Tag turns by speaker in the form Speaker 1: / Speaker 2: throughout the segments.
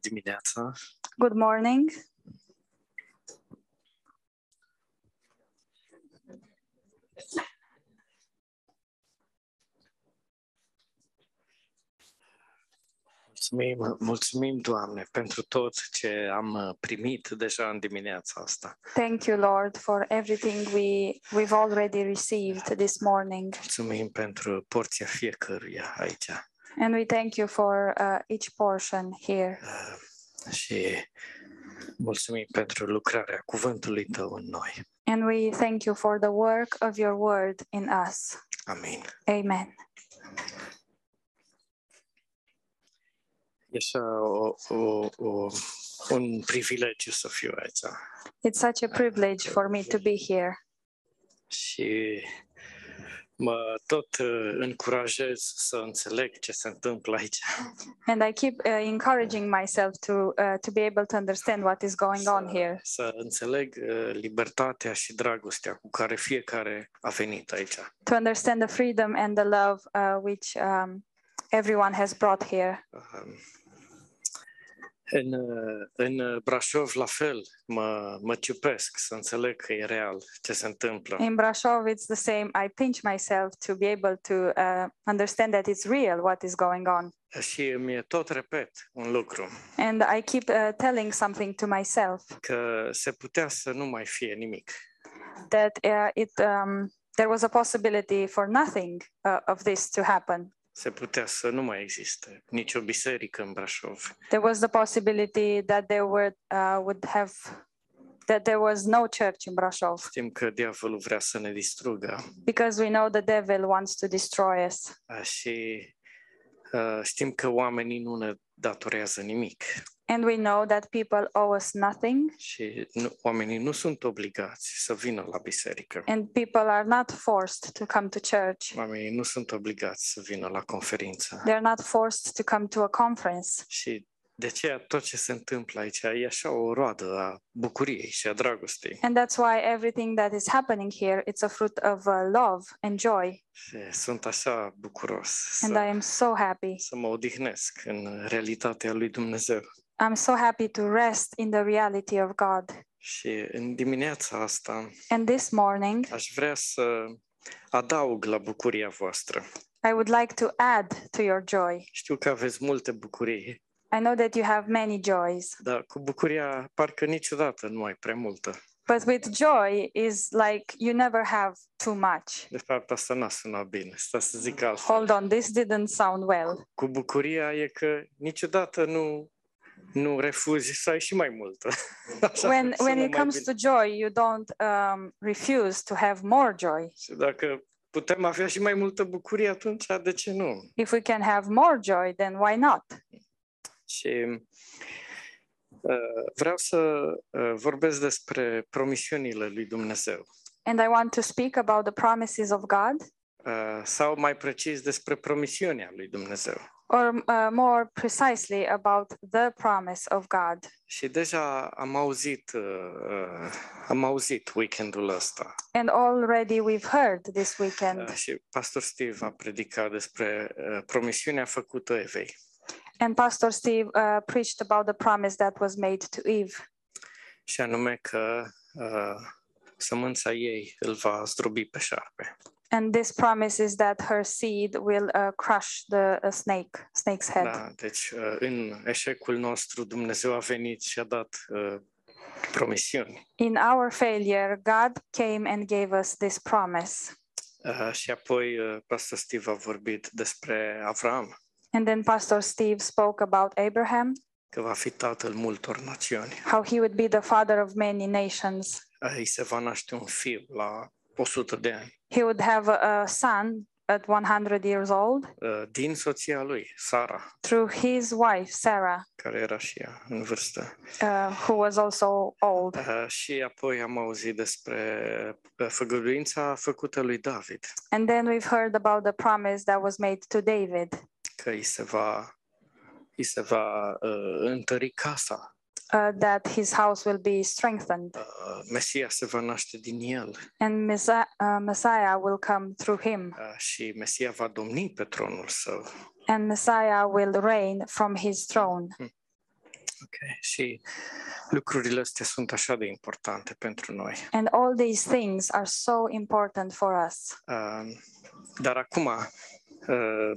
Speaker 1: dimineața!
Speaker 2: Good morning.
Speaker 1: Mulțumim, mulțumim, Doamne, pentru tot ce am uh, primit deja în dimineața asta.
Speaker 2: Thank you, Lord, for everything we, we've already received this morning.
Speaker 1: Mulțumim pentru porția fiecăruia aici.
Speaker 2: And we thank you for uh, each portion here.
Speaker 1: Uh, Și mulțumim pentru lucrarea cuvântului Tău în noi.
Speaker 2: And we thank you for the work of your word in us.
Speaker 1: Amin.
Speaker 2: Amen.
Speaker 1: E așa o, o, o, un privilegiu să fiu aici.
Speaker 2: It's such a privilege for me to be here.
Speaker 1: Și mă tot uh, încurajez să înțeleg ce se întâmplă aici.
Speaker 2: And I keep uh, encouraging myself to, uh, to be able to understand what is going on here.
Speaker 1: Să înțeleg uh, libertatea și dragostea cu care fiecare a venit aici.
Speaker 2: to understand the freedom and the love uh, which um, everyone has brought here.
Speaker 1: Um, În, uh, în uh, Brașov, la fel, mă, mă ciupesc să înțeleg că e real ce se întâmplă.
Speaker 2: In Brasov, it's the same. I pinch myself to be able to uh, understand that it's real what is going on.
Speaker 1: Și îmi tot repet un lucru,
Speaker 2: And I keep uh, telling something to myself
Speaker 1: că se putea să nu mai fie nimic.
Speaker 2: that uh, it, um, there was a possibility for nothing uh, of this to happen.
Speaker 1: Se putea să nu mai existe nicio biserică în Brașov.
Speaker 2: There was the possibility that there were, uh, would have, that there was no church in Brasov
Speaker 1: Știm că diavolul vrea să ne distrugă
Speaker 2: because we know the devil wants to destroy us.
Speaker 1: uh, și uh, știm că oamenii nu ne datorează nimic
Speaker 2: And we know that people owe us nothing
Speaker 1: și nu, oamenii nu sunt obligați să vină la biserică.
Speaker 2: and people are not forced to come to church.
Speaker 1: Oamenii nu sunt obligați să vină la conferință.
Speaker 2: They're not forced to come to a conference.
Speaker 1: Și de aceea tot ce se întâmplă aici e așa o roadă a bucuriei și a dragostei.
Speaker 2: And that's why everything that is happening here, it's a fruit of uh, love and joy.
Speaker 1: Și sunt așa bucuros
Speaker 2: And I
Speaker 1: să,
Speaker 2: am so happy.
Speaker 1: să mă odihnesc în realitatea lui Dumnezeu.
Speaker 2: I'm so happy to rest in the reality of God.
Speaker 1: Și în dimineața asta
Speaker 2: And this morning,
Speaker 1: aș vrea să adaug la bucuria voastră.
Speaker 2: I would like to add to your joy.
Speaker 1: Știu că aveți multe bucurii,
Speaker 2: I know that you have many joys,
Speaker 1: dar cu bucuria parcă niciodată nu ai prea multă.
Speaker 2: but with joy is like you never have too much.
Speaker 1: De fapt, asta n-a sunat bine, asta să zic altfel.
Speaker 2: Hold on, this didn't sound well.
Speaker 1: cu bucuria e că niciodată nu, nu refuzi să ai și mai multă. Așa
Speaker 2: when
Speaker 1: sună
Speaker 2: when
Speaker 1: mai
Speaker 2: it comes
Speaker 1: bine.
Speaker 2: to joy you don't um, refuse to have more joy
Speaker 1: Și dacă putem avea și mai multă bucurie, atunci de ce nu?
Speaker 2: if we can have more joy then why not
Speaker 1: Și uh, vreau să uh, vorbesc despre promisiunile lui Dumnezeu.
Speaker 2: and i want to speak about the promises of god
Speaker 1: Uh, sau mai precis despre promisiunea lui Dumnezeu.
Speaker 2: or uh, more precisely about the promise of god
Speaker 1: Și deja am auzit uh, uh, am auzit weekendul ăsta.
Speaker 2: and already we've heard this weekend
Speaker 1: Uh, și pastor Steve a predicat despre uh, promisiunea făcută Evei.
Speaker 2: and pastor steve uh, preached about the promise that was made to eve
Speaker 1: și anume că uh, sămânța ei îl va zdrobi pe șarpe.
Speaker 2: and this promise is that her seed will uh, crush the uh, snake snake's head
Speaker 1: Da, deci uh, în eșecul nostru Dumnezeu a venit și a dat uh, promisiuni
Speaker 2: in our failure god came and gave us this promise
Speaker 1: uh, și apoi uh, pastor Steve a vorbit despre Avram,
Speaker 2: And then Pastor Steve spoke about Abraham,
Speaker 1: că va fi tatăl multor națiuni.
Speaker 2: how he would be the father of many nations.
Speaker 1: Uh, îi se va naște un fiu la 100 de ani
Speaker 2: He would have a a son at 100 years old
Speaker 1: uh, din soția lui, Sara,
Speaker 2: through his wife, Sarah,
Speaker 1: care era și ea în vârstă.
Speaker 2: uh, who was also old.
Speaker 1: Uh, și apoi am auzit despre uh, făgăduința făcută lui David.
Speaker 2: And then we've heard about the promise that was made to David
Speaker 1: că îi se va, îi se va uh, întări casa,
Speaker 2: uh, that his house will be strengthened
Speaker 1: uh, Mesia se va naște din el
Speaker 2: and Messiah, uh, Messiah will come through him,
Speaker 1: uh, și Mesia va domni pe tronul său.
Speaker 2: and Messiah will reign from his throne.
Speaker 1: Okay? Și lucrurile astea sunt așa de importante pentru noi.
Speaker 2: And all these things are so important for us.
Speaker 1: Uh, dar acum uh,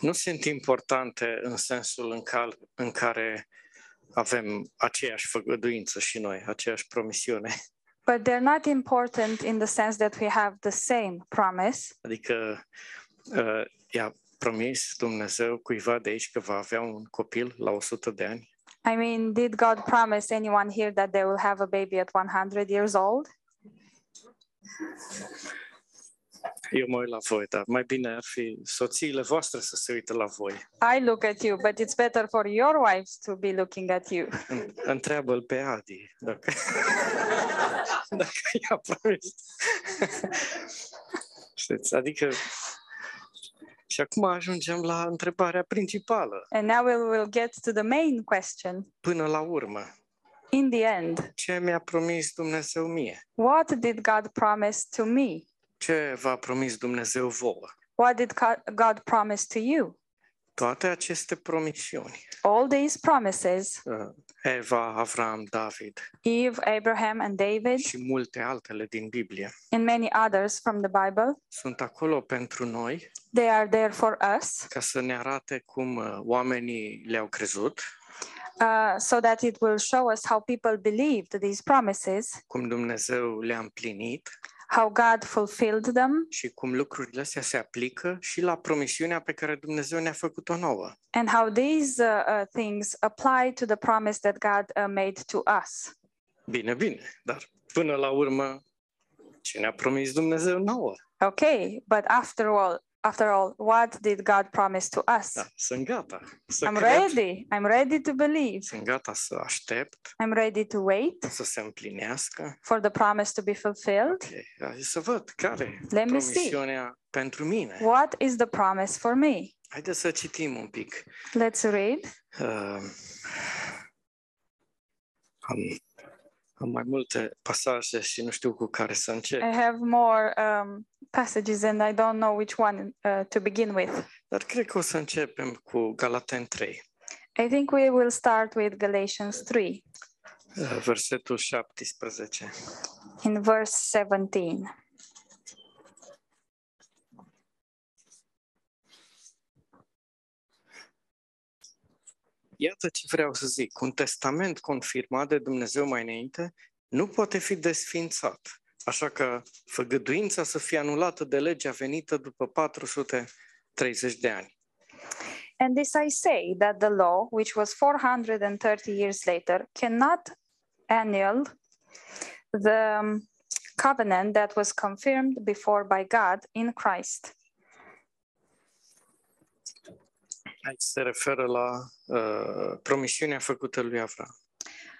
Speaker 1: nu sunt importante în sensul în, cal, în care avem aceeași făgăduință și noi, aceeași promisiune.
Speaker 2: But they're not important in the sense that we have the same promise.
Speaker 1: Adică uh, i-a promis Dumnezeu cuiva de aici că va avea un copil la 100 de ani.
Speaker 2: I mean, did God promise anyone here that they will have a baby at 100 years old?
Speaker 1: Eu mă uit la voi, dar mai bine ar fi soțiile voastre să se uite la voi.
Speaker 2: I look at you, but it's better for your wives to be looking at you.
Speaker 1: Mm. În- Întreabă-l pe Adi dacă, dacă i-a promis. Știți, adică... Și acum ajungem la întrebarea principală,
Speaker 2: And now we will get to the main question.
Speaker 1: până la urmă.
Speaker 2: In the end,
Speaker 1: Ce mi-a promis Dumnezeu mie?
Speaker 2: what did God promise to me?
Speaker 1: Ce v-a promis Dumnezeu vouă?
Speaker 2: What did co- God promise to you?
Speaker 1: Toate aceste promisiuni,
Speaker 2: All these promises,
Speaker 1: uh, Eva, Avram, David
Speaker 2: Eve, Abraham, and David,
Speaker 1: și multe altele din Biblie,
Speaker 2: and many others from the Bible,
Speaker 1: sunt acolo pentru noi
Speaker 2: they are there for us
Speaker 1: ca să ne arate cum uh, oamenii le-au crezut,
Speaker 2: uh, so that it will show us how people believed these promises,
Speaker 1: cum Dumnezeu le-a împlinit
Speaker 2: how God fulfilled them,
Speaker 1: și cum lucrurile astea se aplică și la promisiunea pe care Dumnezeu ne-a făcut-o nouă.
Speaker 2: and how these uh, uh, things apply to the promise that God uh, made to us.
Speaker 1: Bine, bine, dar până la urmă, ce ne-a promis Dumnezeu nouă?
Speaker 2: Okay, but after all, after all, what did God promise to us?
Speaker 1: Da, sunt gata să
Speaker 2: I'm
Speaker 1: cred,
Speaker 2: ready. I'm ready to believe.
Speaker 1: sunt gata să aștept
Speaker 2: I'm ready to wait
Speaker 1: să se împlinească.
Speaker 2: for the promise to be fulfilled.
Speaker 1: Ok, hai Să văd care e
Speaker 2: Let me see.
Speaker 1: promisiunea pentru mine.
Speaker 2: What is the promise for me?
Speaker 1: Haideți să citim un pic.
Speaker 2: Let's read.
Speaker 1: Uh, am, am mai multe pasaje și nu știu cu care să încep,
Speaker 2: I have more um, passages and I don't know which one uh, to begin with.
Speaker 1: dar cred că o să începem cu Galaten 3,
Speaker 2: I think we will start with Galatians 3
Speaker 1: uh, versetul 17.
Speaker 2: in verse 17.
Speaker 1: Iată ce vreau să zic. Un testament confirmat de Dumnezeu mai înainte nu poate fi desfințat, așa că făgăduința să fie anulată de legea venită după 430 de ani.
Speaker 2: And this I say that the law, which was 430 years later, cannot annul the um, covenant that was confirmed before by God in Christ.
Speaker 1: Aici se referă la uh, promisiunea făcută lui Avram.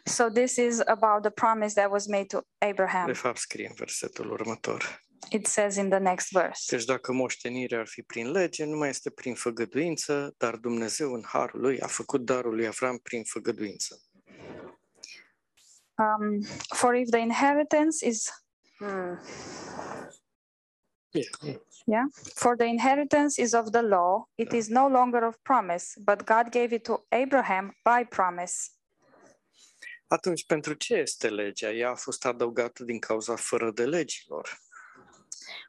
Speaker 2: So, this is about the promise that was made to
Speaker 1: De
Speaker 2: Abraham.
Speaker 1: fapt, scrie în versetul următor.
Speaker 2: It says in the next verse.
Speaker 1: Deci dacă moștenirea ar fi prin lege, nu mai este prin făgăduință, dar Dumnezeu în harul lui a făcut darul lui Avram prin făgăduință.
Speaker 2: Um, For if the inheritance is Hmm.
Speaker 1: Yeah.
Speaker 2: For the inheritance is of the law, it is no longer of promise, but God gave it to Abraham by promise.
Speaker 1: Atunci, pentru ce este legea? Ea a fost adăugată din cauza fără de legilor.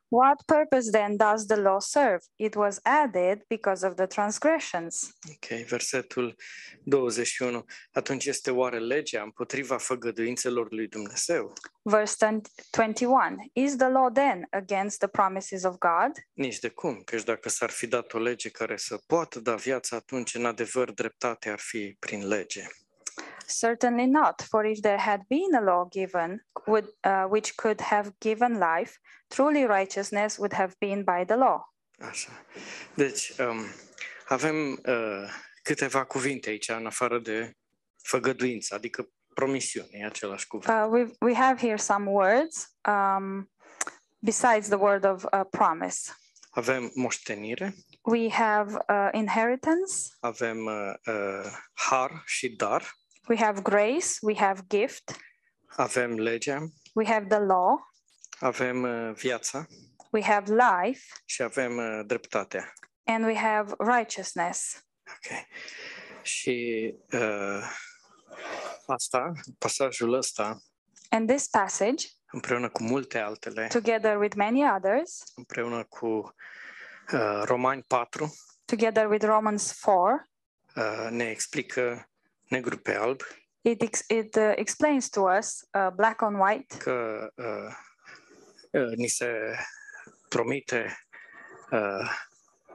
Speaker 2: What purpose then does the law serve? It was added because of the transgressions.
Speaker 1: Ok, versetul 21. Atunci este oare legea împotriva făgăduințelor lui Dumnezeu?
Speaker 2: Verse 10 21 Is the law then against the promises of God?
Speaker 1: Nici de cum, căci dacă s-ar fi dat o lege care să poată da viața, atunci, în adevăr, dreptatea ar fi prin lege.
Speaker 2: Certainly not, for if there had been a law given would, uh, which could have given life, truly righteousness would have been by the law.
Speaker 1: Așa. Deci, um, avem uh, câteva cuvinte aici, în afară de făgăduință, adică promisiune, e același cuvânt.
Speaker 2: Uh, we we have here some words um, besides the word of uh, promise.
Speaker 1: Avem moștenire,
Speaker 2: We have uh, inheritance,
Speaker 1: avem uh, uh, har și dar,
Speaker 2: we have grace, we have gift,
Speaker 1: avem legea,
Speaker 2: we have the law,
Speaker 1: avem uh, viața
Speaker 2: we have life,
Speaker 1: și avem uh, dreptatea.
Speaker 2: and we have righteousness.
Speaker 1: Okay. Și uh, Asta, pasajul ăsta,
Speaker 2: And this passage,
Speaker 1: împreună cu multe altele,
Speaker 2: together with many others,
Speaker 1: împreună cu uh, Romani 4,
Speaker 2: together with Romans 4,
Speaker 1: uh, ne explică negru pe alb
Speaker 2: it, ex- it uh, explains to us uh, black on white
Speaker 1: că uh, uh, ni se promite uh,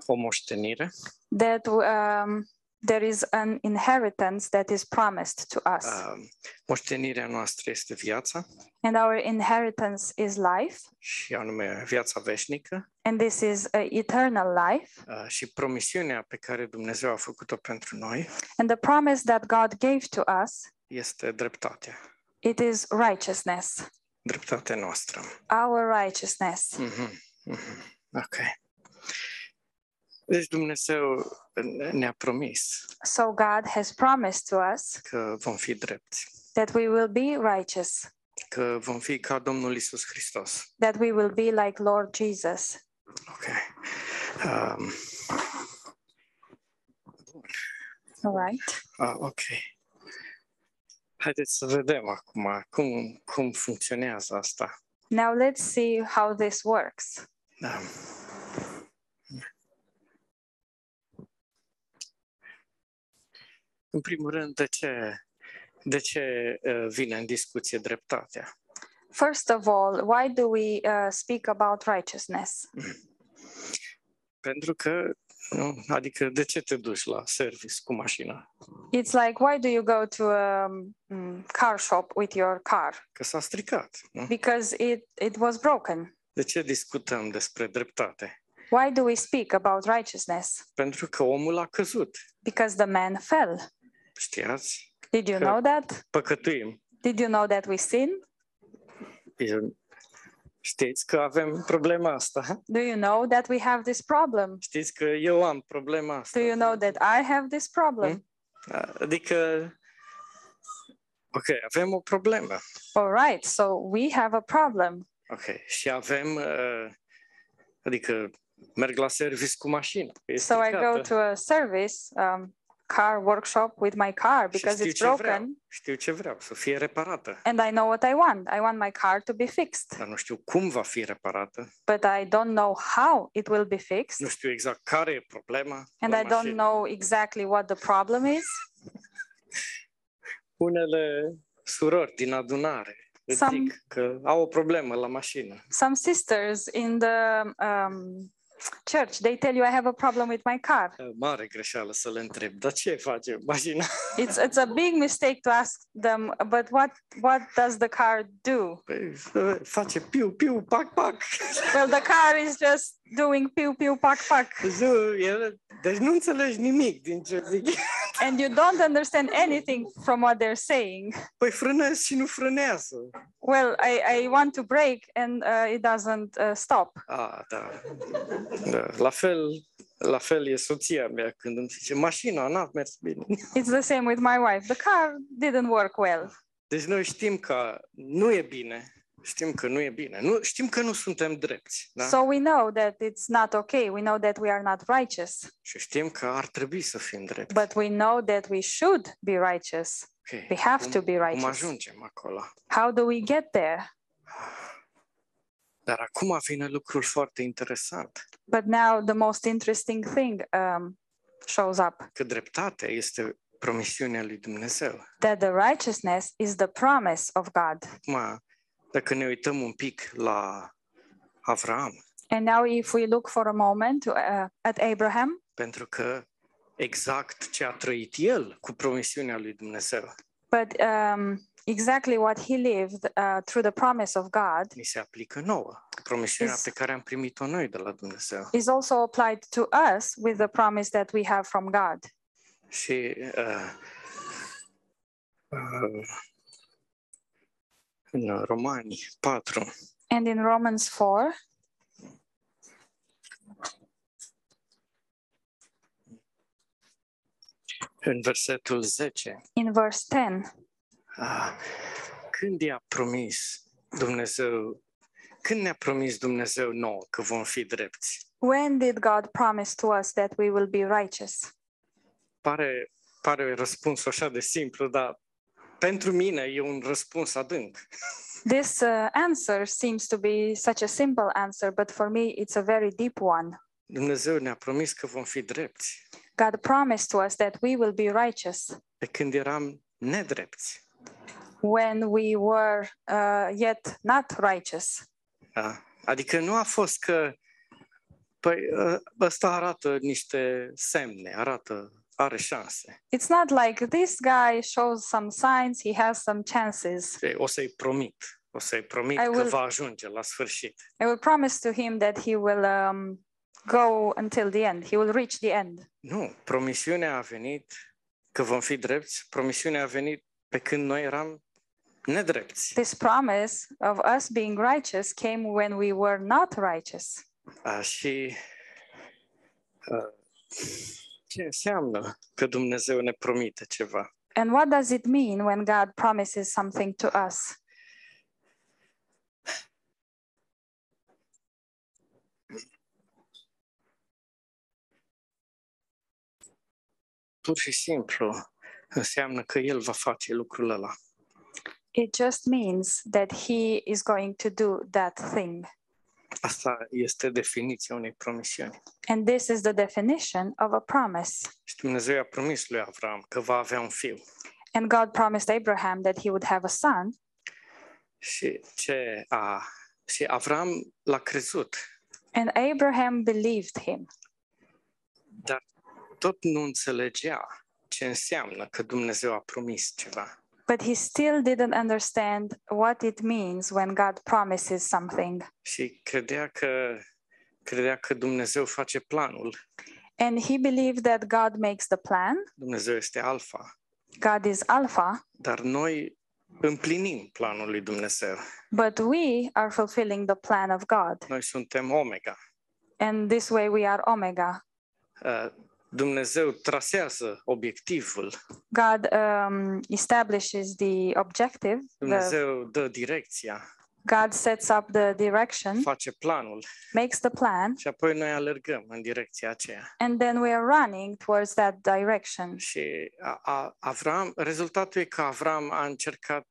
Speaker 1: o moștenire,
Speaker 2: that um, there is an inheritance that is promised to us.
Speaker 1: uh, moștenirea noastră este viața
Speaker 2: and our inheritance is life,
Speaker 1: și anume viața veșnică
Speaker 2: and this is uh, eternal life.
Speaker 1: uh, și promisiunea pe care Dumnezeu a făcut-o pentru noi
Speaker 2: And the promise that God gave to us,
Speaker 1: este dreptatea,
Speaker 2: it is righteousness,
Speaker 1: dreptatea noastră.
Speaker 2: our righteousness.
Speaker 1: Mhm, mhm. Ok. Deci Dumnezeu ne- ne-a promis
Speaker 2: So God has promised to us
Speaker 1: că vom fi drepți,
Speaker 2: that we will be righteous,
Speaker 1: că vom fi ca Domnul Isus Hristos.
Speaker 2: that we will be like Lord Jesus.
Speaker 1: Ok. Um,
Speaker 2: All right.
Speaker 1: ah, ok. Haideți să vedem acum cum, cum funcționează asta.
Speaker 2: Now let's see how this works.
Speaker 1: Da. În primul rând, de ce, de ce uh, vine în discuție dreptatea?
Speaker 2: First of all, why do we uh, speak about righteousness?
Speaker 1: Pentru că, nu? adică, de ce te duci la service cu mașina?
Speaker 2: It's like, why do you go to a um, mm, car shop with your car?
Speaker 1: Că s-a stricat. Nu?
Speaker 2: Because it, it was broken.
Speaker 1: De ce discutăm despre dreptate?
Speaker 2: Why do we speak about righteousness?
Speaker 1: Pentru că omul a căzut.
Speaker 2: Because the man fell.
Speaker 1: Știați?
Speaker 2: Did you
Speaker 1: Că-
Speaker 2: know that?
Speaker 1: Păcătuim.
Speaker 2: Did you know that we sin?
Speaker 1: E- Știți că avem problema asta?
Speaker 2: Do you know that we have this problem?
Speaker 1: Știți că eu am problema asta?
Speaker 2: Do you know that I have this problem?
Speaker 1: Adică, ok, avem o problemă.
Speaker 2: All right, so we have a problem.
Speaker 1: Ok, și avem, uh, adică merg la service cu mașina. că e
Speaker 2: So I go
Speaker 1: stricată.
Speaker 2: to a service um, car workshop with my car
Speaker 1: Și
Speaker 2: because
Speaker 1: știu
Speaker 2: it's
Speaker 1: ce vreau.
Speaker 2: broken
Speaker 1: Știu ce vreau, să fie reparată.
Speaker 2: and I know what I want. I want my car to be fixed,
Speaker 1: Dar nu știu cum va fi reparată,
Speaker 2: but I don't know how it will be
Speaker 1: nu
Speaker 2: fixed
Speaker 1: știu exact care e problema.
Speaker 2: and
Speaker 1: la
Speaker 2: I
Speaker 1: mașină.
Speaker 2: don't know exactly what the problem is.
Speaker 1: Unele surori din adunare îți
Speaker 2: Some-
Speaker 1: zic că au o problemă la mașină.
Speaker 2: Some sisters in the um, church, they tell you I have a problem with my car.
Speaker 1: Mare greșeală să le întreb, dar ce face mașina?
Speaker 2: It's it's a big mistake to ask them, but what what does the car do?
Speaker 1: Păi, face piu, piu, pac, pac.
Speaker 2: Well, the car is just doing pew pew pak pak.
Speaker 1: Zău, el- Deci nu înțelegi nimic din ce zic.
Speaker 2: and you don't understand anything from what they're saying.
Speaker 1: Păi frânez și nu frânează.
Speaker 2: Well, I, I want to break and uh, it doesn't uh, stop.
Speaker 1: A, da. da. La fel, la fel e soția mea când îmi zice mașina n-a mers bine.
Speaker 2: It's the same with my wife. The car didn't work well.
Speaker 1: Deci noi știm că nu e bine. Știm că nu e bine. Nu, știm că nu suntem drepți. Da?
Speaker 2: So we know that it's not okay. We know that we are not righteous,
Speaker 1: și știm că ar trebui să fim drepți.
Speaker 2: but we know that we should be righteous.
Speaker 1: okay.
Speaker 2: We have
Speaker 1: cum,
Speaker 2: to be
Speaker 1: cum
Speaker 2: righteous.
Speaker 1: ajungem acolo?
Speaker 2: How do we get there?
Speaker 1: Dar acum vine lucrul foarte interesant.
Speaker 2: But now the most interesting thing um, shows up
Speaker 1: Că dreptatea este promisiunea lui Dumnezeu.
Speaker 2: that the righteousness is the promise of God.
Speaker 1: Acum, dacă ne uităm un pic la Avram,
Speaker 2: And now, if we look for a moment uh, at Abraham,
Speaker 1: pentru că exact ce a trăit el cu promisiunea lui Dumnezeu
Speaker 2: But um, exactly what he lived uh, through the promise of God
Speaker 1: ni se aplică nouă. Promisiunea
Speaker 2: Is-
Speaker 1: pe care am primit-o noi de la Dumnezeu.
Speaker 2: is also applied to us with the promise that we have from God.
Speaker 1: Și uh, uh, în Romani 4,
Speaker 2: And in Romans 4,
Speaker 1: în versetul 10,
Speaker 2: in verse 10,
Speaker 1: uh, când i-a promis Dumnezeu, când ne-a promis Dumnezeu nouă că vom fi drepți?
Speaker 2: when did God promise to us that we will be righteous?
Speaker 1: pare, pare răspunsul așa de simplu, dar pentru mine e un răspuns adânc.
Speaker 2: This uh, answer seems to be such a simple answer, but for me, it's a very deep one.
Speaker 1: Dumnezeu ne-a promis că vom fi drepți,
Speaker 2: God promised to us that we will be righteous
Speaker 1: pe când eram nedrepți.
Speaker 2: when we were uh, yet not righteous.
Speaker 1: Da? Adică nu a fost că, păi ă, ăsta arată niște semne, arată, are șanse,
Speaker 2: It's not like this guy shows some signs, he has some chances.
Speaker 1: E, o să-i promit, o să-i promit
Speaker 2: I
Speaker 1: că
Speaker 2: will-
Speaker 1: va ajunge la sfârșit.
Speaker 2: I will promise to him that he will um, go until the end. He will reach the end.
Speaker 1: Nu, promisiunea a venit că vom fi drepți, promisiunea a venit pe când noi eram nedrepți.
Speaker 2: This promise of us being righteous came when we were not righteous.
Speaker 1: A, și a, ce înseamnă că Dumnezeu ne promite ceva?
Speaker 2: And what does it mean when God promises something to us?
Speaker 1: Pur și simplu înseamnă că El va face lucrul ăla.
Speaker 2: It just means that he is going to do that thing.
Speaker 1: Asta este definiția unei promisiuni.
Speaker 2: And this is the definition of a promise.
Speaker 1: Și Dumnezeu i-a promis lui Avram că va avea un fiu.
Speaker 2: And God promised Abraham that he would have a son.
Speaker 1: Și, ce a, și Avram l-a crezut,
Speaker 2: And Abraham believed him,
Speaker 1: dar tot nu înțelegea ce înseamnă că Dumnezeu a promis ceva.
Speaker 2: but he still didn't understand what it means when God promises something.
Speaker 1: Și credea că, credea că Dumnezeu face planul.
Speaker 2: And he believed that God makes the plan,
Speaker 1: Dumnezeu este alfa,
Speaker 2: God is Alpha,
Speaker 1: dar noi împlinim planul lui Dumnezeu.
Speaker 2: but we are fulfilling the plan of God.
Speaker 1: Noi suntem omega.
Speaker 2: And this way we are Omega.
Speaker 1: Uh, Dumnezeu trasează obiectivul,
Speaker 2: God um, establishes the objective, the,
Speaker 1: Dumnezeu dă direcția,
Speaker 2: God sets up the direction,
Speaker 1: face planul
Speaker 2: makes the plan,
Speaker 1: și apoi noi alergăm în direcția aceea.
Speaker 2: and then we are running towards that direction.
Speaker 1: Și a, a, Avram, rezultatul e că Avram a încercat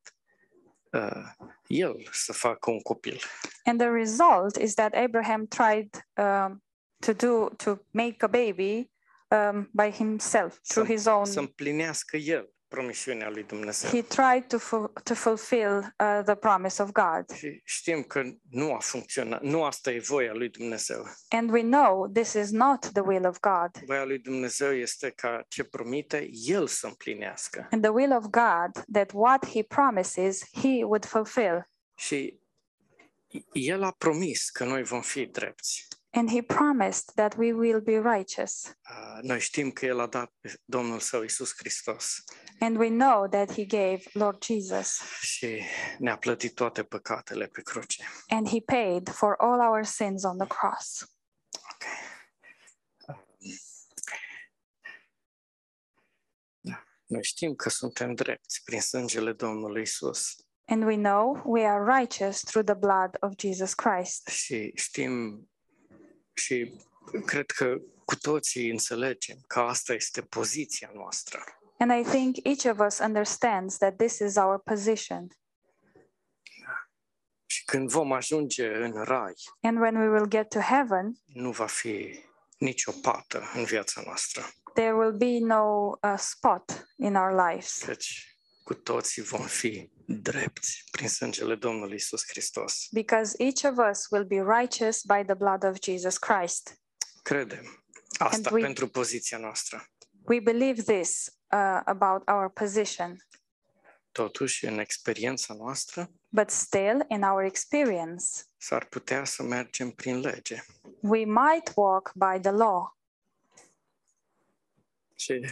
Speaker 1: uh, el să facă un copil.
Speaker 2: And the result is that Abraham tried um, to do to make a baby um, by himself through
Speaker 1: Some-
Speaker 2: his own.
Speaker 1: Să împlinească el promisiunea lui Dumnezeu.
Speaker 2: He tried to fu- to fulfill uh, the promise of God,
Speaker 1: Și știm că nu a funcționat, nu asta e voia lui Dumnezeu.
Speaker 2: and we know this is not the will of God.
Speaker 1: Voia lui Dumnezeu este ca ce promite, El să împlinească.
Speaker 2: And the will of God that what He promises He would fulfill,
Speaker 1: Și El a promis că noi vom fi drepți.
Speaker 2: and He promised that we will be righteous.
Speaker 1: Uh, Noi știm că El a dat pe Domnul Său Isus Hristos
Speaker 2: And we know that He gave Lord Jesus,
Speaker 1: și ne-a plătit toate păcatele pe cruce.
Speaker 2: and He paid for all our sins on the cross.
Speaker 1: Noi știm că suntem drepți prin sângele Domnului Isus
Speaker 2: And we know we are righteous through the blood of Jesus Christ.
Speaker 1: și știm și cred că cu toții înțelegem că asta este poziția noastră.
Speaker 2: And I think each of us understands that this is our position.
Speaker 1: Și când vom ajunge în rai,
Speaker 2: And when we will get to heaven,
Speaker 1: nu va fi nicio pată în viața noastră.
Speaker 2: there will be no uh, spot in our lives
Speaker 1: Căci Deci, cu toții vom fi drepți prin sângele Domnului Isus Hristos.
Speaker 2: because each of us will be righteous by the blood of Jesus Christ.
Speaker 1: Credem. Asta
Speaker 2: And we-
Speaker 1: pentru poziția noastră.
Speaker 2: We believe this uh, about our position,
Speaker 1: Totuși, în experiența noastră,
Speaker 2: but still, in our experience,
Speaker 1: s-ar putea să mergem prin lege.
Speaker 2: we might walk by the law.
Speaker 1: Și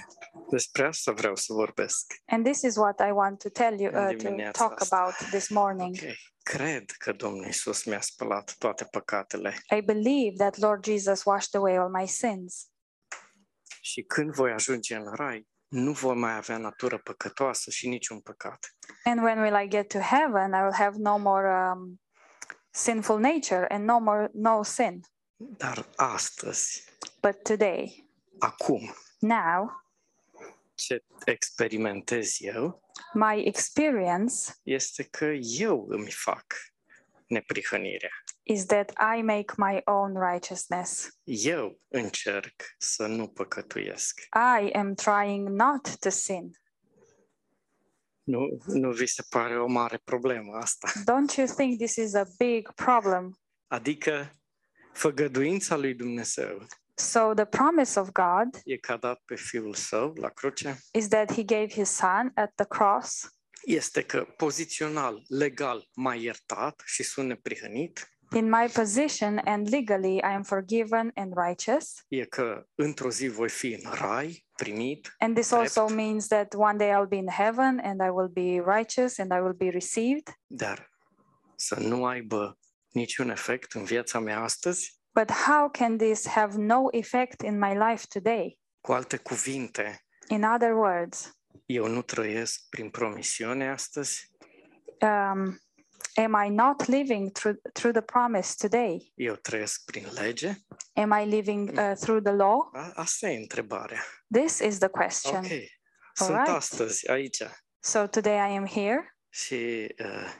Speaker 1: despre asta vreau să vorbesc.
Speaker 2: And this is what I want to tell you uh, to
Speaker 1: Dimineața
Speaker 2: talk
Speaker 1: asta.
Speaker 2: about this morning.
Speaker 1: Ok. Cred că Domnul Isus mi-a spălat toate păcatele
Speaker 2: I believe that Lord Jesus washed away all my sins.
Speaker 1: și când voi ajunge în rai, nu voi mai avea natură păcătoasă și niciun păcat.
Speaker 2: And when will I get to heaven? I will have no more um, sinful nature and no more no sin.
Speaker 1: Dar astăzi,
Speaker 2: But today,
Speaker 1: acum,
Speaker 2: now,
Speaker 1: ce experimentez eu
Speaker 2: My experience
Speaker 1: este că eu îmi fac neprihănirea.
Speaker 2: is that I make my own righteousness.
Speaker 1: Eu încerc să nu păcătuiesc.
Speaker 2: I am trying not to sin.
Speaker 1: Nu, nu vi se pare o mare problemă asta?
Speaker 2: Don't you think this is a big problem?
Speaker 1: Adică făgăduința lui Dumnezeu
Speaker 2: So, the promise of God
Speaker 1: e că a dat pe Fiul Său la cruce,
Speaker 2: is that He gave His Son at the cross,
Speaker 1: este că pozițional, legal, m-a iertat și sunt neprihănit,
Speaker 2: In my position and legally, I am forgiven and righteous.
Speaker 1: e că într-o zi voi fi în rai, primit,
Speaker 2: And this also means that one day I'll be in heaven and I will be righteous and I will be received.
Speaker 1: dar să nu aibă niciun efect în viața mea astăzi.
Speaker 2: But how can this have no effect in my life today?
Speaker 1: Cu alte cuvinte,
Speaker 2: In other words,
Speaker 1: eu nu trăiesc prin promisiune astăzi,
Speaker 2: um, am I not living through, through the promise today?
Speaker 1: eu trăiesc prin lege?
Speaker 2: Am I living uh, through the law?
Speaker 1: A, asta e întrebarea.
Speaker 2: This is the question.
Speaker 1: Ok. Sunt
Speaker 2: Alright.
Speaker 1: astăzi aici.
Speaker 2: So today I am here.
Speaker 1: Și uh,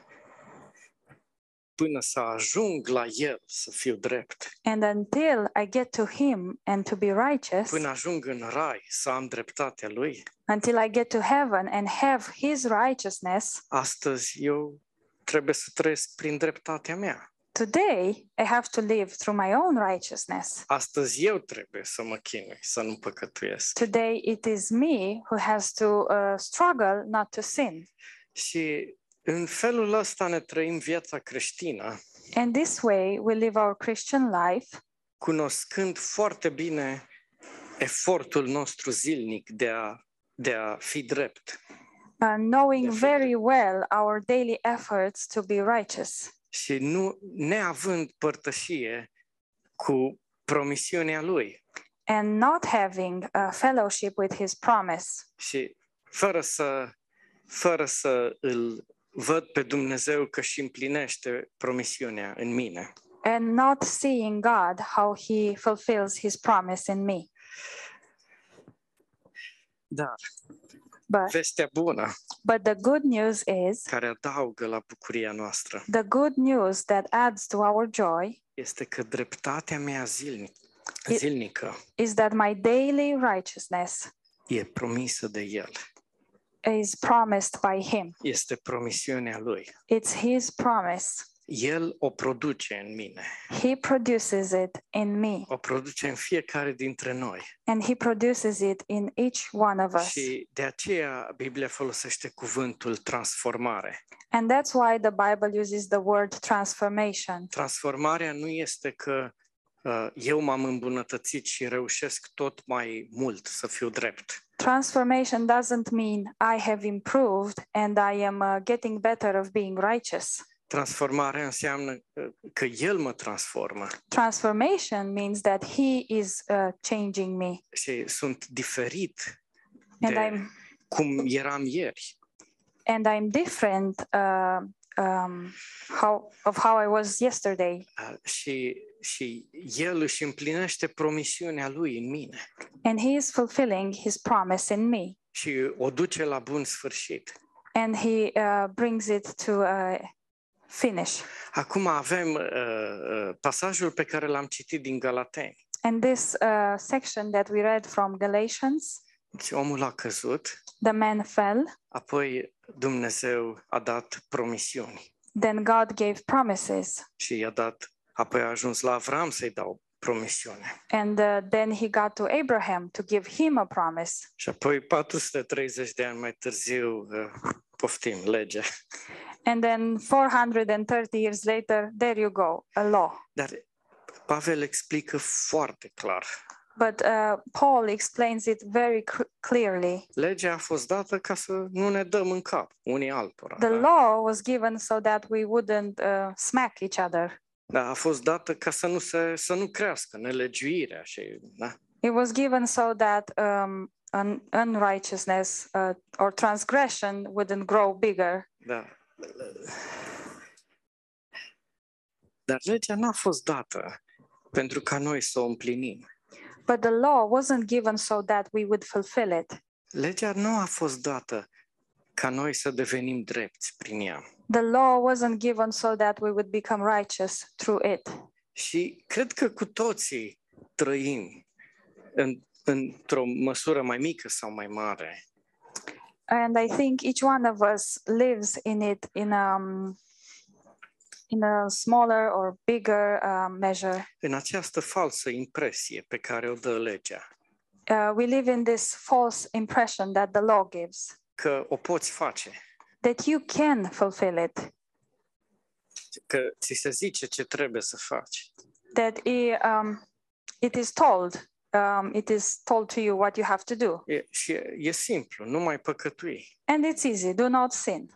Speaker 1: până să ajung la el să fiu drept,
Speaker 2: And until I get to Him and to be righteous,
Speaker 1: până ajung în rai să am dreptatea lui,
Speaker 2: until I get to heaven and have his righteousness,
Speaker 1: astăzi eu trebuie să trăiesc prin dreptatea mea.
Speaker 2: today I have to live through my own righteousness.
Speaker 1: Astăzi eu trebuie să mă chinui, să nu păcătuiesc.
Speaker 2: Today it is me who has to uh, struggle not to sin.
Speaker 1: Și în felul ăsta ne trăim viața creștină,
Speaker 2: And this way we live our Christian life,
Speaker 1: cunoscând foarte bine efortul nostru zilnic de a, de a fi drept.
Speaker 2: uh, knowing
Speaker 1: Definitely.
Speaker 2: very well our daily efforts to be righteous
Speaker 1: și nu neavând părtășie cu promisiunea lui
Speaker 2: and not having uh, fellowship with his promise.
Speaker 1: și fără să fără să îl văd pe Dumnezeu că și împlinește promisiunea în mine.
Speaker 2: And not seeing God how He fulfills His promise in me.
Speaker 1: Dar
Speaker 2: But
Speaker 1: vestea bună
Speaker 2: but the good news is
Speaker 1: care adaugă la bucuria noastră
Speaker 2: The good news that adds to our joy
Speaker 1: este că dreptatea mea zilnic,
Speaker 2: E-
Speaker 1: zilnică
Speaker 2: is that my daily righteousness
Speaker 1: e promisă de El,
Speaker 2: is promised by Him.
Speaker 1: este promisiunea Lui.
Speaker 2: It's His promise.
Speaker 1: El o produce în mine,
Speaker 2: He produces it in me
Speaker 1: o produce în fiecare dintre noi.
Speaker 2: and He produces it in each one of us.
Speaker 1: Și de aceea Biblia folosește cuvântul transformare.
Speaker 2: And that's why the Bible uses the word transformation.
Speaker 1: Transformarea nu este că uh, eu m-am îmbunătățit și reușesc tot mai mult să fiu drept.
Speaker 2: Transformation doesn't mean I have improved and I am uh, getting better of being righteous.
Speaker 1: Transformarea înseamnă uh, că El mă transformă
Speaker 2: Transformation means that He is uh, changing me
Speaker 1: și sunt diferit
Speaker 2: and
Speaker 1: de
Speaker 2: I'm
Speaker 1: cum eram ieri.
Speaker 2: and I'm different uh, um, how of how I was yesterday.
Speaker 1: Uh, și, și El își împlinește promisiunea Lui în mine
Speaker 2: And He is fulfilling His promise in me,
Speaker 1: și o duce la bun sfârșit.
Speaker 2: and He uh, brings it to uh, finish.
Speaker 1: Acum avem uh, uh, pasajul pe care l-am citit din Galateni.
Speaker 2: And this uh, section that we read from Galatians,
Speaker 1: Deci omul a căzut,
Speaker 2: the man fell.
Speaker 1: apoi Dumnezeu a dat promisiuni
Speaker 2: Then God gave promises,
Speaker 1: și i-a dat, apoi a ajuns la Avram să-i dau promisiune.
Speaker 2: and uh, then He got to Abraham to give him a promise.
Speaker 1: Și apoi 430 de ani mai târziu, uh, poftim, lege.
Speaker 2: And then 430 years later, there you go, a law.
Speaker 1: Dar Pavel explică foarte clar.
Speaker 2: But uh, Paul explains it very cl- clearly.
Speaker 1: Legea a fost dată ca să nu ne dăm în cap unii altora.
Speaker 2: The
Speaker 1: da?
Speaker 2: law was given so that we wouldn't uh, smack each other.
Speaker 1: Dar Da, a fost dată ca să nu, se, să nu crească nelegiuirea și da?
Speaker 2: It was given so that um, un- unrighteousness uh, or transgression wouldn't grow bigger.
Speaker 1: Da. Dar legea n-a fost dată pentru ca noi să o împlinim.
Speaker 2: But the law wasn't given so that we would fulfill it.
Speaker 1: Legea nu a fost dată ca noi să devenim drepți prin ea.
Speaker 2: The law wasn't given so that we would become righteous through it.
Speaker 1: Și cred că cu toții trăim în, într-o măsură mai mică sau mai mare.
Speaker 2: And I think each one of us lives in it in a, in a smaller or bigger uh, measure.
Speaker 1: în această falsă impresie pe care o dă legea,
Speaker 2: Uh, we live in this false impression that the law gives
Speaker 1: că o poți face,
Speaker 2: that you can fulfill it,
Speaker 1: că ți se zice ce trebuie să faci.
Speaker 2: that i- um, it is told. Um, it is told to you what you have to do.
Speaker 1: E, și e, e simplu, nu mai păcătui.
Speaker 2: And it's easy. Do not sin.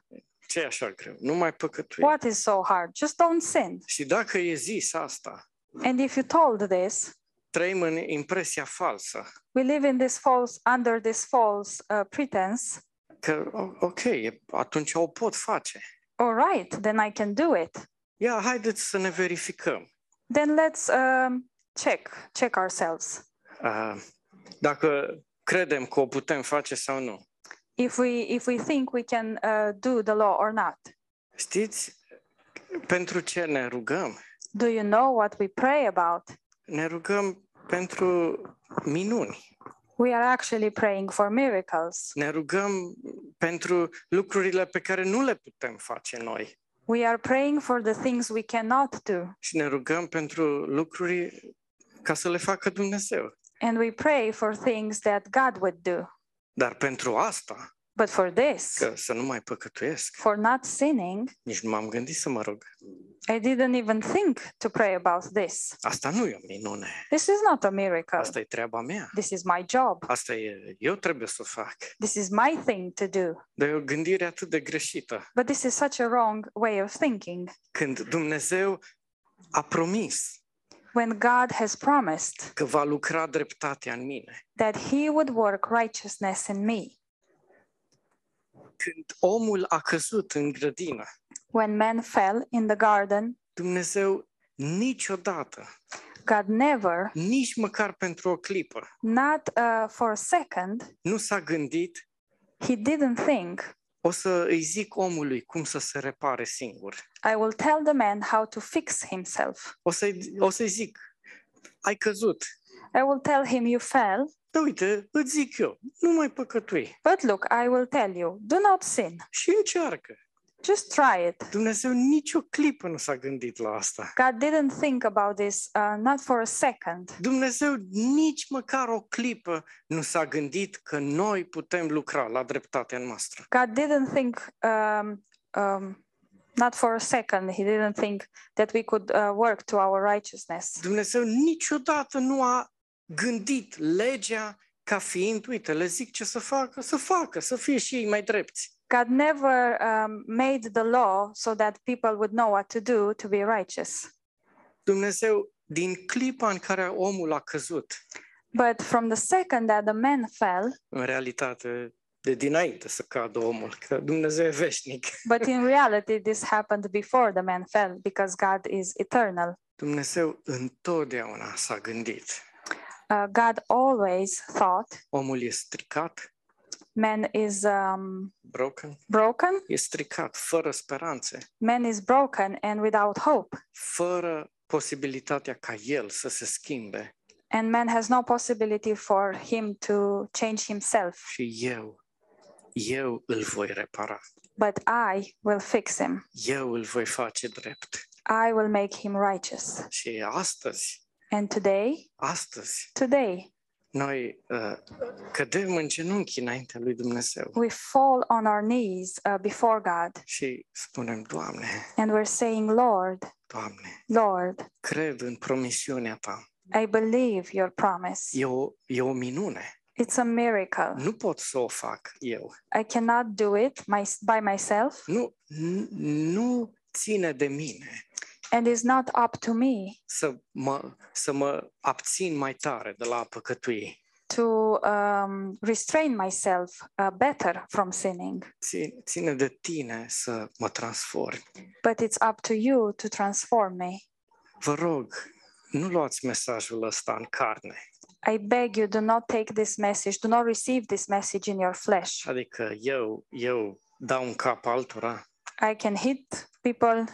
Speaker 1: ce e așa greu? Nu mai păcătui.
Speaker 2: What is so hard? Just don't sin.
Speaker 1: Și dacă e zis asta,
Speaker 2: And if you told this,
Speaker 1: trăim în impresia falsă,
Speaker 2: we live in this false, under this false uh, pretense.
Speaker 1: că o- ok, e- atunci o pot face.
Speaker 2: All right, then I can do it.
Speaker 1: Ia, haideți să ne verificăm.
Speaker 2: Then let's um, check, check ourselves.
Speaker 1: Uh, dacă credem că o putem face sau nu.
Speaker 2: If we, if we think we can uh, do the law or not.
Speaker 1: Știți pentru ce ne rugăm?
Speaker 2: Do you know what we pray about?
Speaker 1: Ne rugăm pentru minuni.
Speaker 2: We are actually praying for miracles.
Speaker 1: Ne rugăm pentru lucrurile pe care nu le putem face noi.
Speaker 2: We are praying for the things we cannot do.
Speaker 1: Și ne rugăm pentru lucruri ca să le facă Dumnezeu.
Speaker 2: And we pray for things that God would do.
Speaker 1: Dar pentru asta,
Speaker 2: But for this,
Speaker 1: că să nu mai păcătuiesc,
Speaker 2: for not sinning,
Speaker 1: nici nu m-am gândit să mă rog.
Speaker 2: I didn't even think to pray about this.
Speaker 1: Asta nu e o minune.
Speaker 2: This is not a miracle.
Speaker 1: Asta e treaba mea.
Speaker 2: This is my job.
Speaker 1: Asta e, eu trebuie să o fac.
Speaker 2: This is my thing to do.
Speaker 1: Dar e o gândire atât de greșită.
Speaker 2: But this is such a wrong way of thinking
Speaker 1: Când Dumnezeu a promis
Speaker 2: when God has promised
Speaker 1: că va lucra dreptatea în mine.
Speaker 2: that He would work righteousness in me.
Speaker 1: Când omul a căzut în grădină,
Speaker 2: When man fell in the garden,
Speaker 1: Dumnezeu niciodată,
Speaker 2: God never,
Speaker 1: nici măcar pentru o clipă,
Speaker 2: not uh, for a second,
Speaker 1: nu s-a gândit,
Speaker 2: He didn't think,
Speaker 1: o să îi zic omului cum să se repare singur.
Speaker 2: I will tell the man how to fix himself.
Speaker 1: O să-i, o să-i zic, ai căzut,
Speaker 2: I will tell him, You fell,
Speaker 1: da uite, îți zic eu, nu mai păcătui
Speaker 2: but look, I will tell you, do not sin.
Speaker 1: și încearcă.
Speaker 2: Just try it.
Speaker 1: Dumnezeu nici o clipă nu s-a gândit la asta.
Speaker 2: God didn't think about this, uh, not for a second.
Speaker 1: Dumnezeu nici măcar o clipă nu s-a gândit că noi putem lucra la dreptatea noastră.
Speaker 2: God didn't think, um, um, not for a second, He didn't think that we could uh, work to our righteousness.
Speaker 1: Dumnezeu niciodată nu a gândit legea ca fiind, uite, le zic ce să facă, să facă, să fie și ei mai drepți.
Speaker 2: God never um, made the law so that people would know what to do to be righteous.
Speaker 1: Dumnezeu, din clipa în care omul a căzut,
Speaker 2: But from the second that the man fell,
Speaker 1: în realitate, de dinainte să cadă omul, că Dumnezeu e veșnic,
Speaker 2: but in reality, this happened before the man fell because God is eternal.
Speaker 1: Dumnezeu întotdeauna s-a gândit.
Speaker 2: Uh, God always thought
Speaker 1: Omul e stricat,
Speaker 2: man is um,
Speaker 1: broken,
Speaker 2: broken,
Speaker 1: e stricat, fără speranțe,
Speaker 2: man is broken and without hope,
Speaker 1: fără posibilitatea ca el să se schimbe
Speaker 2: and man has no possibility for him to change himself.
Speaker 1: și eu, eu îl voi repara.
Speaker 2: But I will fix him.
Speaker 1: eu îl voi face drept.
Speaker 2: I will make him righteous.
Speaker 1: Și astăzi,
Speaker 2: And today,
Speaker 1: astăzi,
Speaker 2: today,
Speaker 1: noi uh, cădem în genunchi înaintea lui Dumnezeu
Speaker 2: we fall on our knees uh, before God
Speaker 1: și spunem, Doamne,
Speaker 2: and we're saying, Lord,
Speaker 1: Doamne,
Speaker 2: Lord,
Speaker 1: cred în promisiunea Ta.
Speaker 2: I believe your promise.
Speaker 1: E o, e o minune.
Speaker 2: It's a miracle.
Speaker 1: Nu pot să o fac eu.
Speaker 2: I cannot do it my, by myself,
Speaker 1: Nu, n- nu ține de mine
Speaker 2: and it's not up to me
Speaker 1: să mă, să mă abțin mai tare de la a păcătui.
Speaker 2: to um, restrain myself uh, better from sinning,
Speaker 1: Ține, ține de tine să mă transformi.
Speaker 2: but it's up to you to transform me.
Speaker 1: Vă rog, nu luați mesajul ăsta în carne.
Speaker 2: I beg you, do not take this message, do not receive this message in your flesh.
Speaker 1: Adică eu, eu dau în cap altora,
Speaker 2: I can hit people,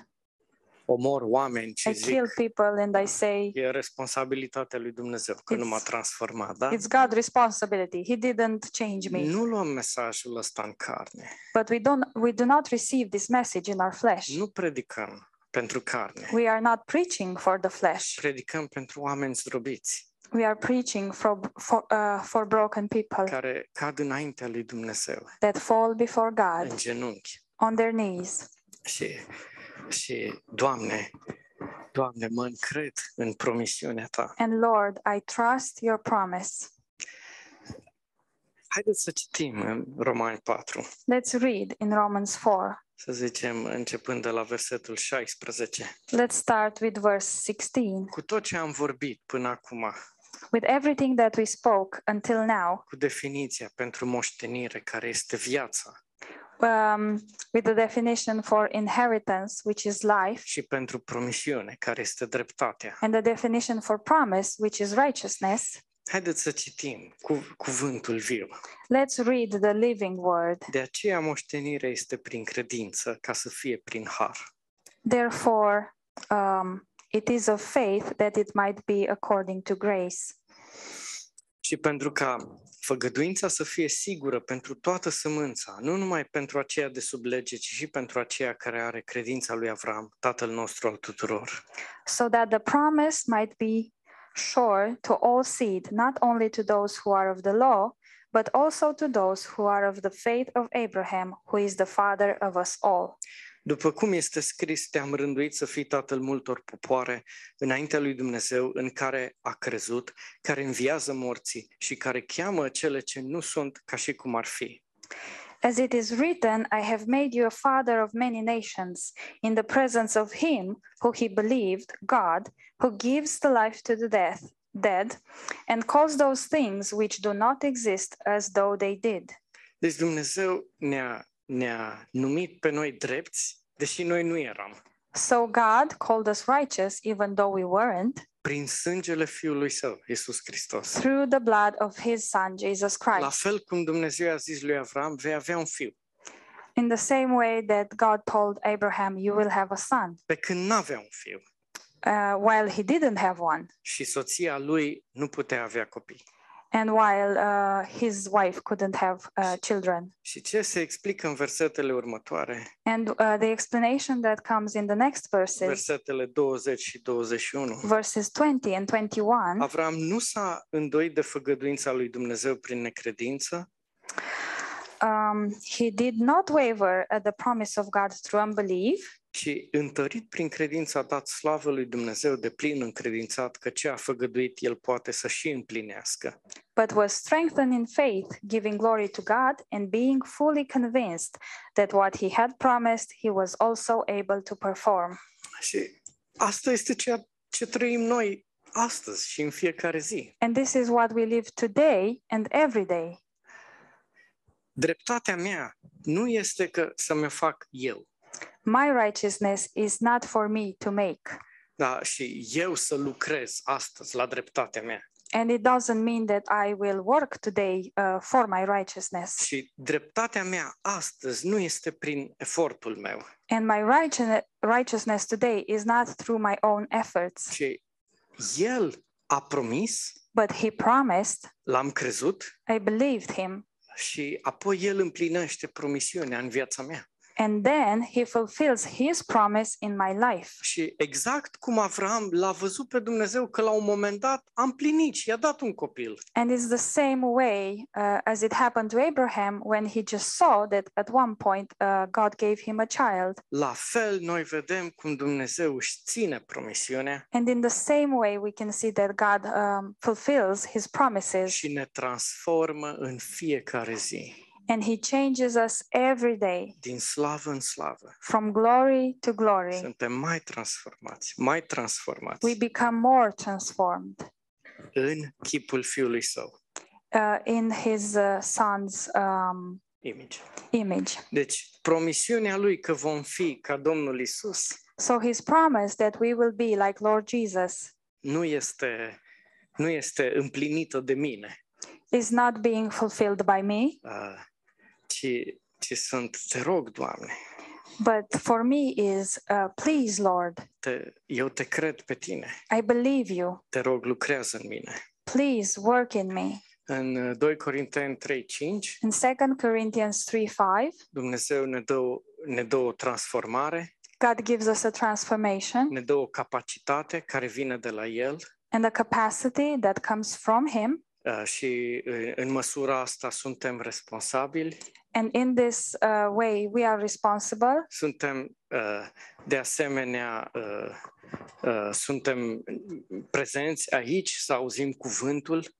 Speaker 1: omor oameni și
Speaker 2: I
Speaker 1: zic,
Speaker 2: kill people, and I say,
Speaker 1: e responsabilitatea lui Dumnezeu că nu m-a
Speaker 2: It's-
Speaker 1: transformat, da?
Speaker 2: it's God's responsibility. He didn't change me.
Speaker 1: Nu luăm mesajul ăsta în carne,
Speaker 2: But we don't we do not receive this message in our flesh.
Speaker 1: nu predicăm pentru carne,
Speaker 2: We are not preaching for the flesh.
Speaker 1: predicăm pentru oameni zdrobiți,
Speaker 2: We are preaching for for, uh, for broken people
Speaker 1: care cad înaintea lui Dumnezeu,
Speaker 2: that fall before
Speaker 1: în
Speaker 2: God
Speaker 1: genunchi.
Speaker 2: on their knees.
Speaker 1: Și, și Doamne, Doamne, mă încred în promisiunea Ta.
Speaker 2: And Lord, I trust your promise.
Speaker 1: Haideți să citim în Romani 4,
Speaker 2: Let's read in Romans 4.
Speaker 1: să zicem începând de la versetul 16.
Speaker 2: Let's start with verse 16.
Speaker 1: Cu tot ce am vorbit până acum,
Speaker 2: With everything that we spoke until now,
Speaker 1: cu definiția pentru moștenire care este viața
Speaker 2: um, with the definition for inheritance, which is life,
Speaker 1: și pentru promisiune care este dreptatea.
Speaker 2: and the definition for promise, which is righteousness,
Speaker 1: Haideți să citim cu, cuvântul viu.
Speaker 2: let's read the living word.
Speaker 1: De aceea moștenirea este prin credință, ca să fie prin har.
Speaker 2: Therefore, um, it is of faith that it might be according to grace,
Speaker 1: Și pentru ca făgăduința să fie sigură pentru toată sămânța, nu numai pentru aceea de sub lege, ci și pentru aceea care are credința lui Avram, tatăl nostru al tuturor.
Speaker 2: so that the promise might be sure to all seed, not only to those who are of the law, but also to those who are of the faith of Abraham, who is the father of us all.
Speaker 1: După cum este scris, te-am rânduit să fii tatăl multor popoare, înaintea lui Dumnezeu, în care a crezut, care înviază morții și care cheamă cele ce nu sunt ca și cum ar fi.
Speaker 2: As it is written, I have made you a father of many nations, in the presence of him who he believed, God, who gives the life to the death, dead, and calls those things which do not exist as though they did.
Speaker 1: Deci Dumnezeu ne-a, ne-a numit pe noi drepți, deși noi nu eram,
Speaker 2: So God called us righteous, even though we weren't,
Speaker 1: prin sângele Fiului Său, Iisus Hristos.
Speaker 2: through the blood of his son, Jesus
Speaker 1: La
Speaker 2: Christ.
Speaker 1: fel cum Dumnezeu a zis lui Avram, vei avea un fiu,
Speaker 2: In the same way that God told Abraham, You will have a son,
Speaker 1: pe când n-avea un fiu
Speaker 2: uh, while he didn't have one,
Speaker 1: și soția lui nu putea avea copii.
Speaker 2: and while uh, his wife couldn't have uh, children.
Speaker 1: Și ce se explică în versetele următoare,
Speaker 2: And uh, the explanation that comes in the next verses,
Speaker 1: versetele 20 și 21?
Speaker 2: verses 20 and 21,
Speaker 1: Avram nu s-a îndoit de făgăduința lui Dumnezeu prin necredință,
Speaker 2: um, he did not waver at the promise of God through unbelief,
Speaker 1: ci întărit prin credință a dat slavă lui Dumnezeu de plin încredințat că ce a făgăduit el poate să și împlinească.
Speaker 2: but was strengthened in faith, giving glory to God and being fully convinced that what he had promised, he was also able to perform.
Speaker 1: Și asta este ceea ce trăim noi astăzi și în fiecare zi.
Speaker 2: And this is what we live today and every day.
Speaker 1: Dreptatea mea nu este că să-mi o fac eu,
Speaker 2: My righteousness is not for me to make.
Speaker 1: da, și eu să lucrez astăzi la dreptatea mea.
Speaker 2: And it doesn't mean that I will work today uh, for my righteousness.
Speaker 1: Și dreptatea mea astăzi nu este prin efortul meu,
Speaker 2: And my righteous- righteousness today is not through my own efforts,
Speaker 1: ci El a promis,
Speaker 2: but He promised,
Speaker 1: l-am crezut
Speaker 2: I believed Him,
Speaker 1: și apoi El împlinește promisiunea în viața mea.
Speaker 2: and then He fulfills His promise in my life.
Speaker 1: Și exact cum Avram l-a văzut pe Dumnezeu că la un moment dat a împlinit și i-a dat un copil.
Speaker 2: And it's the same way uh, as it happened to Abraham when he just saw that at one point uh, God gave him a child.
Speaker 1: La fel noi vedem cum Dumnezeu își ține promisiunea
Speaker 2: And in the same way, we can see that God um, fulfills His promises
Speaker 1: și ne transformă în fiecare zi,
Speaker 2: and He changes us every day
Speaker 1: din slavă în slavă.
Speaker 2: from glory to glory.
Speaker 1: Suntem mai transformați, mai transformați
Speaker 2: We become more transformed.
Speaker 1: în chipul Fiului Său.
Speaker 2: uh, in his uh, son's um,
Speaker 1: Image.
Speaker 2: image.
Speaker 1: Deci, promisiunea lui că vom fi ca Domnul Isus
Speaker 2: So his promise that we will be like Lord Jesus
Speaker 1: nu este, nu este împlinită de mine,
Speaker 2: is not being fulfilled by me,
Speaker 1: uh, ci ci sunt, te rog, Doamne,
Speaker 2: But for me is, uh, please, Lord,
Speaker 1: te, eu te cred pe tine,
Speaker 2: I believe you.
Speaker 1: te rog, lucrează în mine.
Speaker 2: Please work in me.
Speaker 1: În uh, 2 Corinteni 3:5,
Speaker 2: In 2 Corinthians 3 5,
Speaker 1: Dumnezeu ne dă, o- ne dă o transformare,
Speaker 2: God gives us a transformation
Speaker 1: ne dă o capacitate care vine de la El
Speaker 2: and a capacity that comes from Him.
Speaker 1: uh, și uh, în măsura asta suntem responsabili,
Speaker 2: And in this uh, way, we are responsible.
Speaker 1: suntem uh, de asemenea uh, uh, suntem prezenți aici să auzim cuvântul,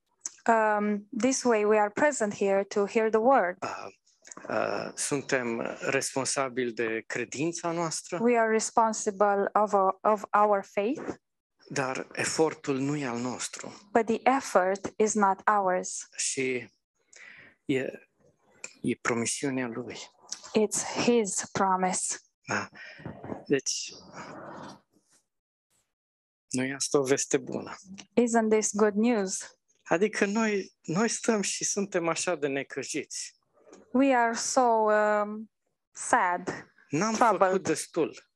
Speaker 2: Um, this way, we are present here to hear the word.
Speaker 1: uh, uh, suntem responsabili de credința noastră,
Speaker 2: We are responsible of our, of our faith,
Speaker 1: dar efortul nu e al nostru
Speaker 2: but the effort is not ours.
Speaker 1: și e, e promisiunea lui.
Speaker 2: It's His promise.
Speaker 1: Da. Deci, nu e asta o veste bună.
Speaker 2: Isn't this good news?
Speaker 1: Adică noi, noi stăm și suntem așa de necăjiți.
Speaker 2: We are so um, sad.
Speaker 1: N-am
Speaker 2: Troubled.
Speaker 1: făcut destul.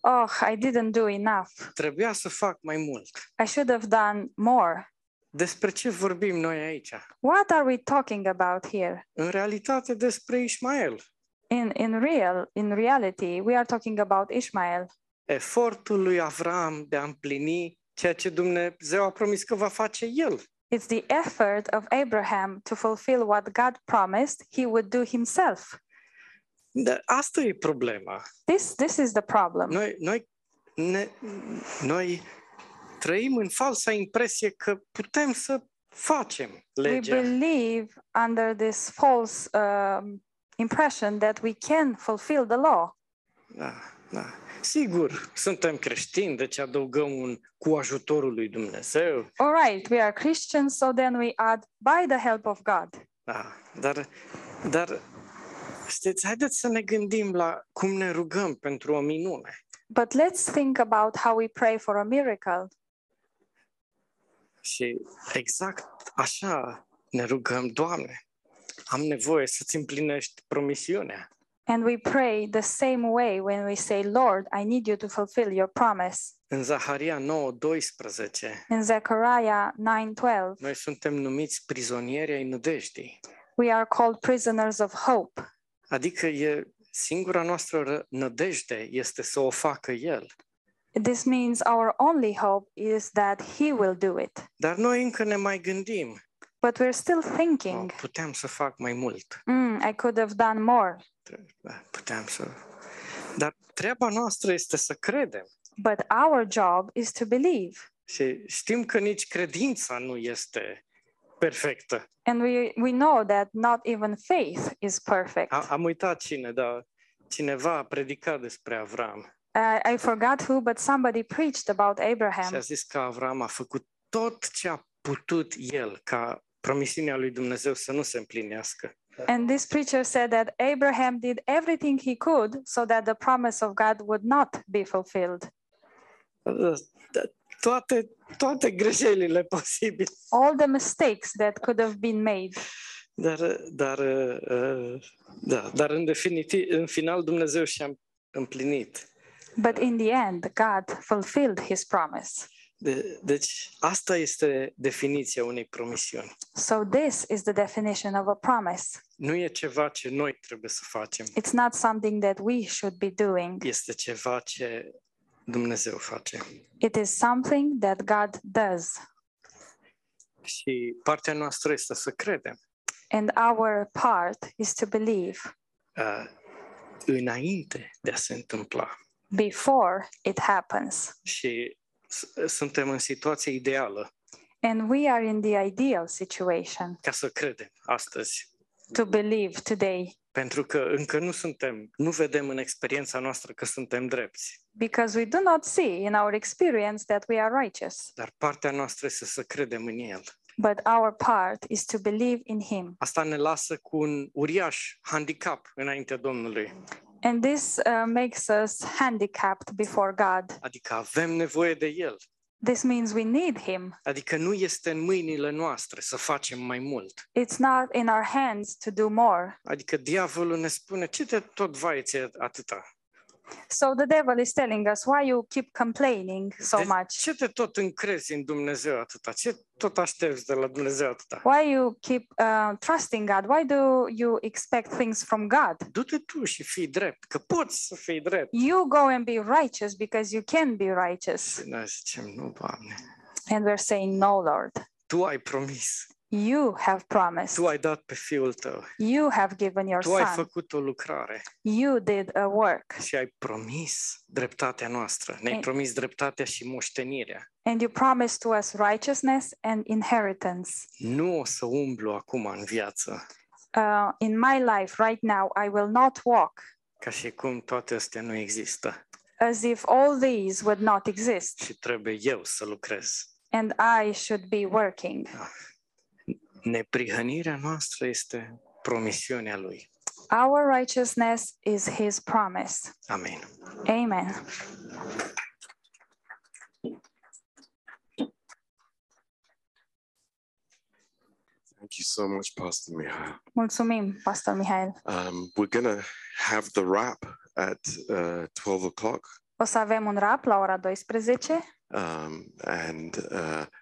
Speaker 2: Oh, I didn't do enough.
Speaker 1: Trebuia să fac mai mult.
Speaker 2: I should have done more.
Speaker 1: Despre ce vorbim noi aici?
Speaker 2: What are we talking about here?
Speaker 1: În realitate despre Ismael.
Speaker 2: In in real in reality, we are talking about Ishmael,
Speaker 1: Efortul lui Avram de a împlini ceea ce Dumnezeu a promis că va face el.
Speaker 2: It's the effort of Abraham to fulfill what God promised he would do himself.
Speaker 1: Dar asta e problema.
Speaker 2: This this is the problem.
Speaker 1: Noi, noi, ne, noi trăim în falsa impresie că putem să facem
Speaker 2: We
Speaker 1: legea.
Speaker 2: believe under this false um, impression that we can fulfill the law.
Speaker 1: Da, da. Sigur, suntem creștini, deci adăugăm un cu ajutorul lui Dumnezeu,
Speaker 2: All right, we are Christians, so then we add by the help of God.
Speaker 1: da, dar, dar știți, haideți să ne gândim la cum ne rugăm pentru o minune.
Speaker 2: But let's think about how we pray for a miracle.
Speaker 1: Și exact așa ne rugăm, Doamne, am nevoie să-ți împlinești promisiunea.
Speaker 2: And we pray the same way when we say, Lord, I need you to fulfill your promise.
Speaker 1: În Zaharia 9, 12,
Speaker 2: In Zechariah 9:12,
Speaker 1: noi suntem numiți prizonieri ai nădejdii.
Speaker 2: we are called prisoners of hope.
Speaker 1: Adică e singura noastră ră- nădejde este să o facă El.
Speaker 2: This means our only hope is that he will do it.
Speaker 1: Dar noi încă ne mai gândim.
Speaker 2: But we're still
Speaker 1: "Oh,
Speaker 2: thinking,
Speaker 1: Puteam să fac mai mult.
Speaker 2: "Mm, I could have done more.
Speaker 1: Da, Puteam să... Dar treaba noastră este să credem.
Speaker 2: But our job is to believe.
Speaker 1: Și știm că nici credința nu este perfectă.
Speaker 2: And we, we know that not even faith is perfect.
Speaker 1: A, am uitat cine, dar cineva a predicat despre Avram
Speaker 2: Uh, I forgot who, but somebody preached about
Speaker 1: și a
Speaker 2: Abraham.
Speaker 1: zis că Avram a făcut tot ce a putut el ca promisiunea lui Dumnezeu să nu se împlinească.
Speaker 2: And this preacher said that Abraham did everything he could so that the promise of God would not be fulfilled.
Speaker 1: Da, Toate, toate greșelile posibile.
Speaker 2: All the mistakes that could have been made.
Speaker 1: Dar, dar, uh, da, dar în definitiv, în final Dumnezeu și-a împlinit.
Speaker 2: But in the end, God fulfilled his promise.
Speaker 1: De, deci asta este definiția unei promisiuni.
Speaker 2: So, this is the definition of a promise.
Speaker 1: Nu e ceva ce noi trebuie să facem,
Speaker 2: It's not something that we should be doing,
Speaker 1: este ceva ce Dumnezeu face.
Speaker 2: it is something that God does.
Speaker 1: Și partea noastră este să credem.
Speaker 2: And our part is to believe
Speaker 1: Uh, înainte de a se întâmpla.
Speaker 2: before it happens.
Speaker 1: Și s- suntem în situația ideală
Speaker 2: And we are in the ideal situation
Speaker 1: ca să credem astăzi.
Speaker 2: to believe today
Speaker 1: Pentru că încă nu suntem, nu vedem în experiența noastră că suntem drepți.
Speaker 2: because we do not see in our experience that we are righteous,
Speaker 1: Dar partea noastră este să credem în El.
Speaker 2: but our part is to believe in Him.
Speaker 1: Asta ne lasă cu un uriaș handicap înaintea Domnului.
Speaker 2: And this uh, makes us handicapped before God.
Speaker 1: Adică avem nevoie de El.
Speaker 2: This means we need him.
Speaker 1: Adică nu este în mâinile noastre să facem mai mult.
Speaker 2: It's not in our hands to do more.
Speaker 1: Adică diavolul ne spune, ce te tot vaiți atâta?
Speaker 2: So the devil is telling us why you keep complaining so
Speaker 1: De-
Speaker 2: much.
Speaker 1: ce te tot încrezi în Dumnezeu atâta? Ce tot aștepți de la Dumnezeu atâta?
Speaker 2: Why you keep uh, trusting God? Why do you expect things from God?
Speaker 1: Du-te tu și fii drept, că poți să fii drept.
Speaker 2: You go and be righteous because you can be righteous.
Speaker 1: Și noi zicem, nu, Doamne,
Speaker 2: And we're saying, No, Lord,
Speaker 1: Tu ai promis,
Speaker 2: you have promised.
Speaker 1: Tu ai dat pe Fiul Tău,
Speaker 2: You have given your
Speaker 1: Tu ai
Speaker 2: son.
Speaker 1: făcut o lucrare
Speaker 2: You did a work.
Speaker 1: și ai promis dreptatea noastră. Ne-ai
Speaker 2: Ei.
Speaker 1: promis dreptatea și moștenirea.
Speaker 2: And you promised to us righteousness and inheritance.
Speaker 1: Nu o să umblu acum în viață
Speaker 2: Uh, in my life right now, I will not walk
Speaker 1: ca și cum toate astea nu există
Speaker 2: as if all these would not exist
Speaker 1: și trebuie eu să lucrez.
Speaker 2: and I should be working.
Speaker 1: Neprihănirea noastră este promisiunea Lui.
Speaker 2: Our righteousness is His promise.
Speaker 1: Amin.
Speaker 2: Amen.
Speaker 3: Thank you so much, Pastor Miha.
Speaker 2: Mulțumim, Pastor Mihail.
Speaker 3: Um, we're going to have the wrap at uh, 12 o'clock.
Speaker 2: O să avem un rap la ora 12
Speaker 3: Um, and uh,